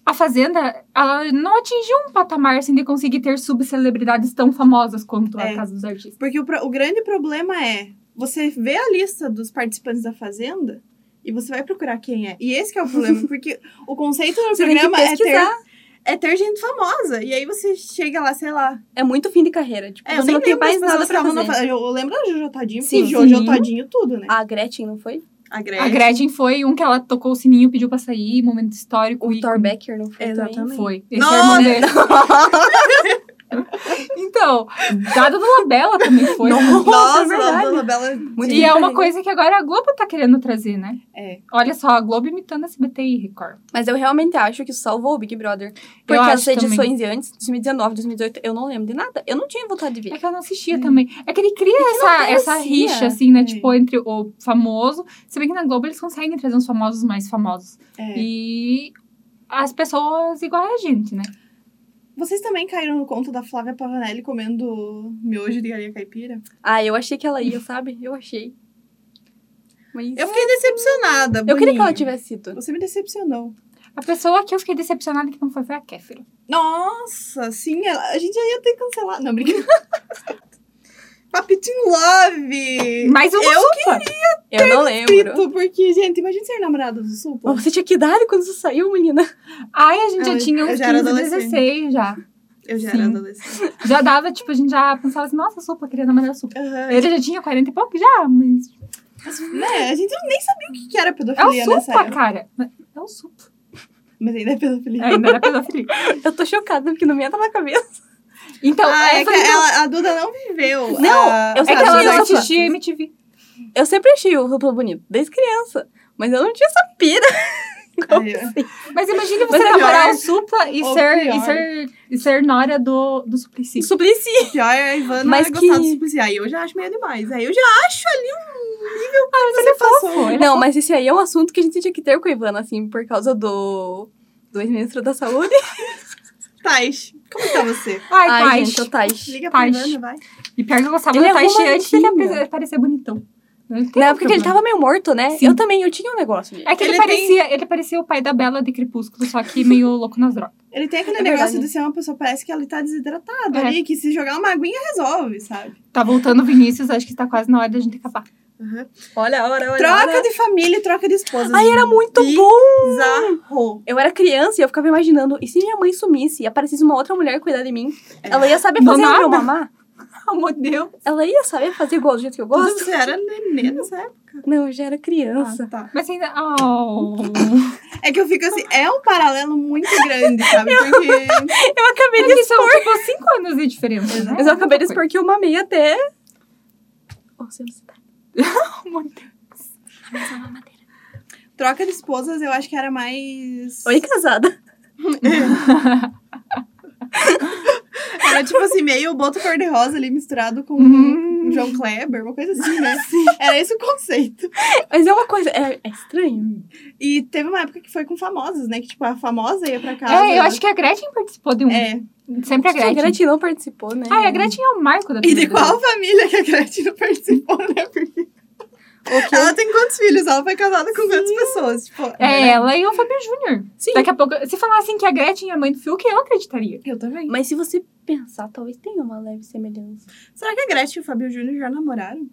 a Fazenda, ela não atingiu um patamar assim de conseguir ter subcelebridades tão famosas quanto
É.
a Casa dos Artistas.
Porque o, pro- o grande problema é você vê a lista dos participantes da Fazenda e você vai procurar quem é. E esse que é o
[LAUGHS]
problema, porque o conceito do
Você tem que
programa é ter,
pesquisar.
é ter gente famosa. E aí você chega lá, sei lá.
É muito fim de carreira. Tipo,
É, eu
você
nem
não tem
lembro
mais
as pessoas
nada
que
pra
estavam na
fazer.
fa- Eu lembro da Jojo Tadinho,
Sim.
porque Jojo
Sim.
Tadinho tudo, né?
A Gretchen, não foi?
A
A Gretchen foi um que ela tocou o sininho, pediu pra sair, momento histórico.
O
ícone.
Thor Becker, não foi? [LAUGHS]
Exatamente.
Foi. Esse é o
Nossa!
irmão dele. então, Então, Dada do Labela também [LAUGHS] foi.
Nossa,
verdade.
Dona Bela.
Muito
é E é uma
diferente.
coisa que agora a Globo tá querendo trazer, né?
É.
Olha só, a Globo imitando a SBT e Record.
Mas eu realmente acho que salvou o Big Brother. Porque as
acho
edições
também.
de antes, 2019, 2018, eu não lembro de nada. Eu não tinha vontade de ver.
É que eu não assistia também. É que ele cria essa, essa
parecia.
rixa, assim, né?
É.
Tipo, entre o famoso. Se bem que na Globo eles conseguem trazer uns famosos mais famosos.
É.
E as pessoas igual a gente, né?
Vocês também caíram no conto da Flávia Pavanelli comendo miojo de galinha caipira?
Ah, eu achei que ela ia, sabe? Eu achei. Mas
Eu fiquei decepcionada.
eu queria que
Boninho.
ela tivesse ido.
Você me decepcionou.
A pessoa que eu fiquei decepcionada que não foi foi a Kéfera.
Nossa, sim, ela- a gente já ia ter que cancelar. Não, [LAUGHS] brincadeira. Papitinho Love!
Mais uma
eu
sopa.
Eu não lembro.
Pito, porque, gente, imagina ser namorado do Supa.
Você tinha que idade quando você saiu, menina?
Ai, a gente
Eu-
já tinha
eu
uns
já era
15,
adolescente.
16 já.
Eu já
Sim.
era adolescente.
Já dava, tipo, a gente já pensava assim, nossa, sopa, queria namorar a sopa.
Aham.
Ele já tinha 40 e pouco já, mas...
Né, a gente nem sabia o que que era
É o
pedofilia nessa
sopa,
época.
cara. É o sopa.
Mas ainda é pedofilia.
Ainda era pedofilia.
Eu tô chocada, porque não me entra na cabeça.
Então,
Ah, é
essa
que ela, a Duda não viveu. ah,
Não,
a-
eu
É
sei
que ela
Sabe,
não
sopa.
assistia MTV.
Eu sempre achei o Duplo bonito, desde criança. Mas eu não tinha essa pira.
Ai, eu-
Mas imagina
Mas
você
é
namorar
pior.
o Supla e
Ou
ser,
pior.
e, ser, e ser nora do, do Suplicy.
Suplicy.
O pior é a Ivana
Mas
gostar
que-
do Suplicy. Aí eu já acho meio demais. Aí eu já acho ali um nível que você passou.
é Ele
Não, mas esse aí é um assunto que a gente tinha que ter com a Ivana, assim, por causa do... Do ex-ministro da saúde.
Tais, como tá você?
Ai, Taish.
gente, o Taish.
Liga pra
Taish.
Ivana, vai.
E pior que eu gostava
Ele
do
é
Taish antes dele
romantinho.
apare- parecer bonitão. Não tem
Na época que ele
problema.
tava meio morto, né?
Sim.
Eu também, eu tinha um negócio. gente.
É que ele,
Ele tem-
parecia, ele parecia o pai da Bela de Crepúsculo, só que meio louco nas drogas.
Ele tem aquele
É verdade.
negócio de ser uma pessoa, parece que ela tá desidratada
É.
ali, que se jogar uma aguinha resolve, sabe?
Tá voltando o Vinícius, acho que tá quase na hora da gente acabar.
Olha a hora, olha a
Troca
hora.
de família e troca de esposa.
Ai, era um muito bom!
Bizarro.
Eu era criança e eu ficava imaginando, e se minha mãe sumisse e aparecesse uma outra mulher cuidar de mim?
É.
Ela ia saber
Do
fazer
nada.
eu mamar?
Amor Deus.
Ela ia saber fazer igual do jeito que eu
Quando
gosto?
você era neném nessa época.
Não, eu já era criança.
tá.
Mas ainda. Oh.
É que eu fico assim, é um paralelo muito grande, sabe?
[LAUGHS]
Porque.
Eu acabei
Mas isso são tipo 5 anos de diferença. Né?
Mas eu acabei de
Muita
expor que eu mamei até. Oh, você não sabe.
coisa. Amor Deus.
Troca de esposas eu acho que era mais.
Oi, casada.
Era tipo assim, meio boto cor-de-rosa ali misturado com
Hum.
João Kleber, uma coisa assim,
[LAUGHS]
né? Era esse o conceito.
Mas é uma coisa. É, é estranho.
E teve uma época que foi com famosos, né? Que tipo, a famosa ia pra casa.
É, eu acho que a Gretchen participou de um.
É.
Sempre a
Acho que
Gretchen.
A Gretchen não participou, né?
Ah, a Gretchen é o marco da
E de
TV.
qual família que a Gretchen não participou, né? Porque
O quê?
ela tem quantos filhos? Ela foi casada com quantas pessoas? Tipo,
É ela e o Fábio Júnior.
Sim.
Daqui a pouco, se falassem que a Gretchen é a mãe do Fiuk, eu acreditaria.
Eu também.
Mas se você pensar, talvez tenha uma leve semelhança.
Será que a Gretchen e o Fábio Júnior já namoraram?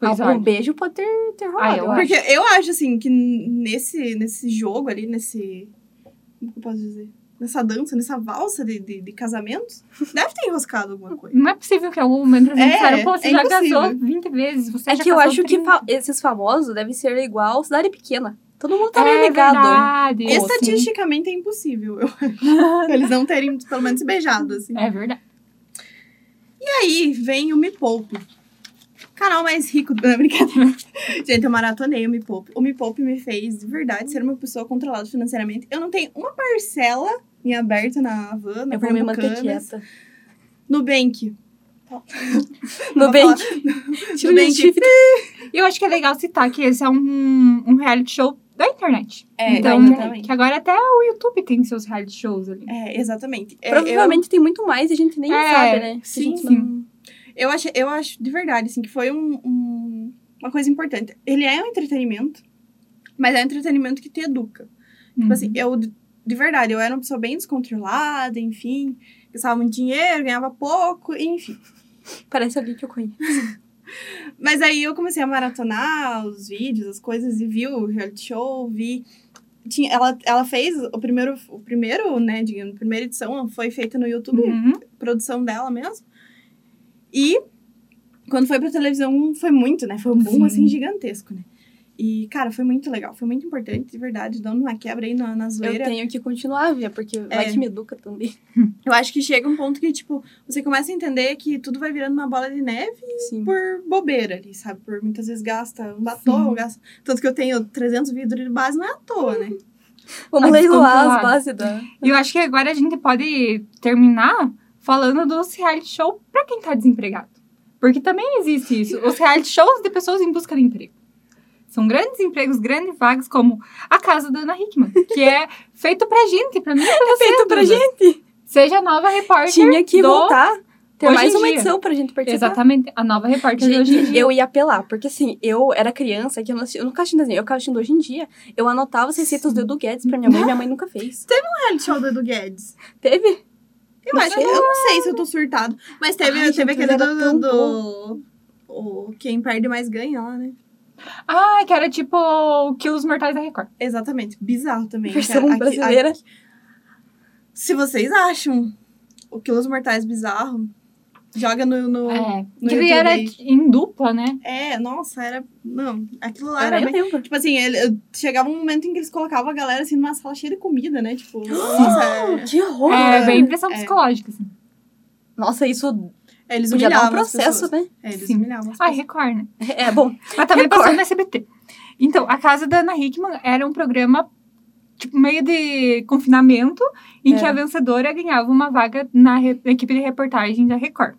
Pois
Ah,
olha.
um beijo pode ter, ter rolado.
Ah, eu acho.
Porque eu acho, assim, que nesse, nesse jogo ali, nesse... Como que eu posso dizer? Nessa dança, nessa valsa de, de, de
[LAUGHS]
casamentos, deve ter enroscado alguma coisa.
Não é possível que em algum momento a gente
É,
fale, pô, você
é
já
impossível.
casou 20 vezes, você
É
já
que eu
casou
acho que
30.
fa- esses famosos devem ser igual cidade pequena. Todo mundo tá meio
é
ligado.
verdade.
Esse- assim.
Estatisticamente é impossível, eu acho.
[LAUGHS]
Eles não terem, pelo menos, se beijado, assim.
É verdade.
E aí, vem o Me Poupe. Canal mais rico do... [LAUGHS] Não, brincadeira. Gente, eu maratonei o Me Poupe. O Me Poupe me fez, de verdade, ser uma pessoa controlada financeiramente. Eu não tenho uma parcela em aberto na Havana,
Eu vou me manter
Pernambucanas,
quieta.
Nubank.
No
Vou
bem,
falar.
[LAUGHS]
tira o
Nubank.
chifre.
E eu acho que é legal citar que esse é um, um reality show da internet.
É,
então,
exatamente.
que agora até o YouTube tem seus reality shows ali.
É, exatamente. É,
Provavelmente tem muito mais e a gente nem
É,
sabe, né? Se a
sim,
gente
sim.
não-
Eu, eu, acho, eu acho, de verdade, assim, que foi um- um- uma coisa importante. Ele é um entretenimento, mas é um entretenimento que te educa.
Uhum.
Tipo assim, eu, de de verdade, eu era uma pessoa bem descontrolada, enfim. Gastava muito dinheiro, ganhava pouco, enfim.
Parece alguém que eu conheço.
Mas aí eu comecei a maratonar os vídeos, as coisas, e vi o reality show, vi. Tinha, ela, ela fez o primeiro, o primeiro, né, digamos, a primeira edição foi feita no YouTube,
Uhum.
produção dela mesmo. E quando foi pra televisão, foi muito, né? Foi um boom,
Sim.
assim, gigantesco, né? E, cara, foi muito legal, foi muito importante, de verdade, dando uma quebra aí na, na
Eu
zoeira.
tenho que continuar a ver, porque vai
É.
que me educa também.
Eu acho que chega um ponto que, tipo, você começa a entender que tudo vai virando uma bola de neve
Sim.
por bobeira ali, sabe? Por muitas vezes gasta, não dá à toa, gasta. Tanto que eu tenho 300 vidros de base, não é à toa,
[LAUGHS]
né?
Vamos
Ah,
leiloar
descontrolado.
as bases da...
E eu acho que agora a gente pode terminar falando dos reality show pra quem tá desempregado. Porque também existe isso. Os reality shows de pessoas em busca de emprego. São grandes empregos, grandes vagas, como a casa da Ana Hickman, que é feito pra gente, pra mim e pra você.
É Feito pra
Duda.
gente.
Seja a nova repórter.
Tinha que
do...
voltar. Ter
Hoje
mais
em
uma
dia.
edição pra gente participar.
Exatamente, a nova repórter de hoje em
Gente,
dia.
eu ia apelar, porque assim, eu era criança, que eu, não assistia, eu nunca assisti um desenho, eu ficava assistindo hoje em dia. Eu anotava as receitas do Edu Guedes pra minha mãe, minha mãe nunca fez.
O reality show do Edu Guedes.
Teve?
Eu
Não
acho que, eu não sei se eu tô surtado, mas teve, teve
Ai, gente,
aquele
mas era
do,
tão
do, o Quem perde mais ganha lá, né?
Ah, que era tipo o que os mortais da Record.
Exatamente, bizarro também.
Versão
cara. Aqui-
brasileira.
aqui- se vocês acham o Quilos Mortais bizarro, joga no. no-
É.
no
Que ele era
YouTube.
em dupla, né?
É, nossa, era. Não, aquilo lá era
Era, eu
bem.
lembro.
Tipo assim, ele- eu- chegava um momento em que eles colocavam a galera assim numa sala cheia de comida, né?
[GASPS]
Tipo, nossa, é-
Que horror!
É, bem impressão
É.
psicológica, assim.
Nossa, isso
é, eles
podia
humilhavam.
dar um processo,
as pessoas.
né?
É, eles
Sim.
humilhavam. As
Ah,
pessoas.
Record, né?
É, bom,
Mas também
Record.
passou no SBT. Então, a casa da Ana Hickman era um programa, tipo, meio de confinamento, em
É.
que a vencedora ganhava uma vaga na re- na equipe de reportagem da Record.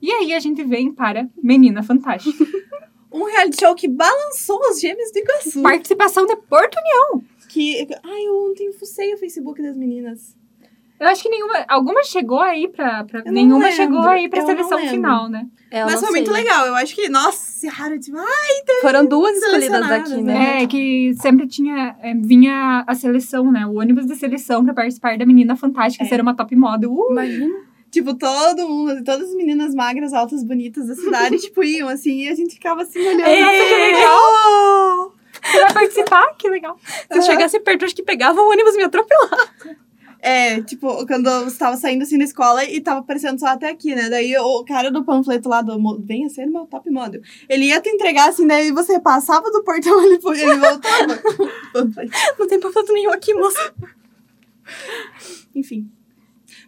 E aí a gente vem para Menina
[LAUGHS]
Fantástica.
Um reality show que balançou os gêmeos do Iguaçu.
Participação de Porto União.
Que. Ai, eu ontem fucei o Facebook das meninas.
Eu acho que nenhuma. Alguma chegou aí pra. pra-
Eu não
nenhuma
lembro,
chegou aí pra
eu não
seleção
lembro.
final, né?
é, eu
Mas
não
foi
sei.
muito legal. Eu acho que, nossa, raro, tipo, ah,
Foram duas escolhidas
Selecionadas,
daqui, né?
né?
É, que sempre tinha. é, vinha a seleção, né? O ônibus de seleção pra participar da Menina Fantástica,
É.
ser uma top model. Uh!
Imagina.
tipo, todo mundo, todas as meninas magras, altas, bonitas da cidade, [LAUGHS] tipo, iam assim, e a gente ficava assim olhando.
É.
Nossa, que legal!
Você vai participar? Que legal.
Se eu chegasse perto, eu acho que pegava o ônibus e me atropelava.
É, tipo, quando eu estava saindo assim da escola e tava aparecendo só até aqui, né? Daí o cara do panfleto lá do mo- Venha ser meu top model. Ele ia te entregar assim, daí você passava do portão [LAUGHS] ele, foi- ele voltava. [LAUGHS] com o panfleto.
Não tem panfleto nenhum aqui, moça.
Enfim.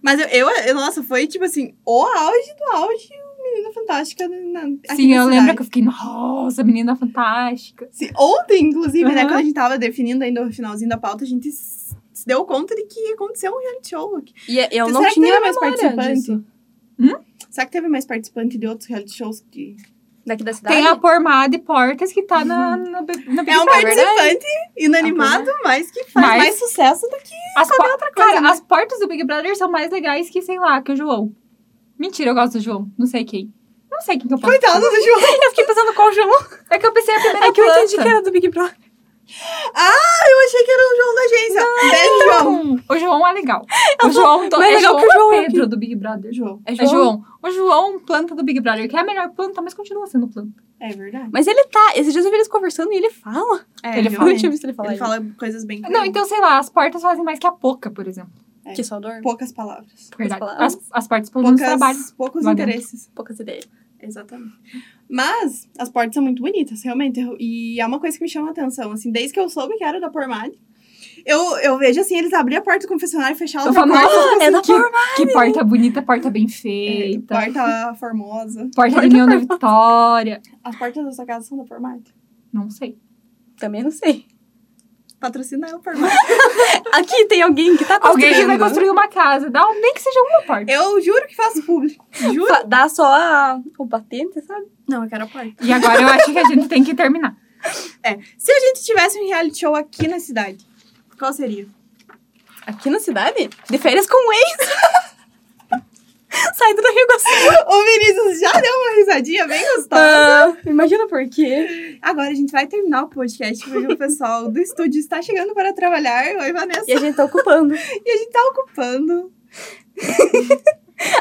Mas eu, eu, eu- nossa, foi tipo assim, o auge do auge, o Menina Fantástica. né, Na, aqui
Sim,
na
eu
cidade.
lembro que eu fiquei, nossa, menina fantástica.
Sim, ontem, inclusive, né,
Aham.
quando a gente tava definindo ainda o finalzinho da pauta, a gente s- se deu conta de que aconteceu um reality show aqui.
E é, eu
Será
não
que
tinha
teve mais
memória
participante? Hum?
disso.
Será que teve mais participante de outros reality shows que
Daqui da cidade?
Tem a Pormada de Portas que tá na, na, Big
É um
Brother.
participante inanimado, mas que faz
Mas-
mais sucesso do que.
As por-
coisa,
Cara,
né?
as portas do Big Brother são mais legais que, sei lá, que o João. Mentira, eu gosto do João. Não sei quem. Não sei quem que eu posso.
Coitado [LAUGHS] do João.
Eu fiquei pensando qual João.
É que eu pensei a primeira
É que eu
planta.
entendi que era do Big Brother.
Ah, eu achei que era o João da agência. Beijo, João.
Hum, O João é legal. O João do...
mais
é
legal
João
que o João
ou
é
Pedro do Big Brother.
João.
É João. O João, planta do Big Brother, que é a melhor planta, mas continua sendo planta.
É verdade.
Mas ele tá. Esses dias eu vi eles conversando e ele fala.
É,
Ele
realmente.
Eu não tinha visto ele falar.
Ele fala coisas bem.
Não, então, sei lá, as portas fazem mais que a Poca, por exemplo.
fala-
Que saudor.
Poucas palavras.
Verdade.
palavras.
As, as portas pelo menos trabalham.
Poucas, poucos
lá dentro.
interesses.
Poucas ideias.
Exatamente. Mas as portas são muito bonitas, realmente. Eu- E é uma coisa que me chama a atenção, assim, desde que eu soube que era da Pormade, eu, eu vejo assim, eles abrir a porta do confessionário e fechar a
Eu
outra
falo,
porta.
nossa, assim,
É da
que, que porta bonita, porta bem feita.
É, Porta formosa.
Porta, da União da Vitória.
As portas da sua casa são da Pormade.
Não sei.
Também não sei.
Patrocina eu, Pormade.
[LAUGHS] Aqui tem alguém que tá construindo.
Alguém que vai construir uma casa, dá um- nem que seja uma
[LAUGHS]
porta.
Eu juro que faço público. Juro.
Fa- Dá só a- o batente, sabe?
Não, eu quero a porta.
E agora eu acho que a gente tem que terminar.
É. Se a gente tivesse um reality show aqui na cidade, qual seria?
Aqui na cidade? De férias com o ex. [LAUGHS] Saindo do Rio Grande
o Vinícius já deu uma risadinha bem gostosa.
Ah. Imagina por quê.
Agora a gente vai terminar o podcast porque o pessoal do estúdio está chegando para trabalhar. Oi, Vanessa.
E a gente tá ocupando.
E a gente tá ocupando.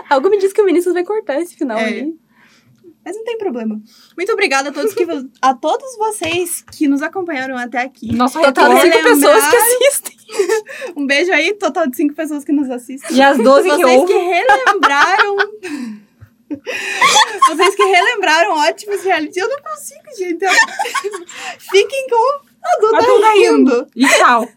Algo me diz que o Vinícius vai cortar esse final
É.
aí.
Mas não tem problema. Muito obrigada a todos, que, vo- [LAUGHS] a todos vocês que nos acompanharam até aqui.
Nosso
Total de
retorno.
cinco
relembrar.
pessoas que assistem.
Um beijo aí, total de cinco pessoas que nos assistem.
E as 12
Vocês
que
que
ouvem.
relembraram [LAUGHS] Vocês que relembraram ótimos reality. Eu não consigo, gente. Eu- [LAUGHS] Fiquem com a Duda,
A Duda
rindo.
E tchau.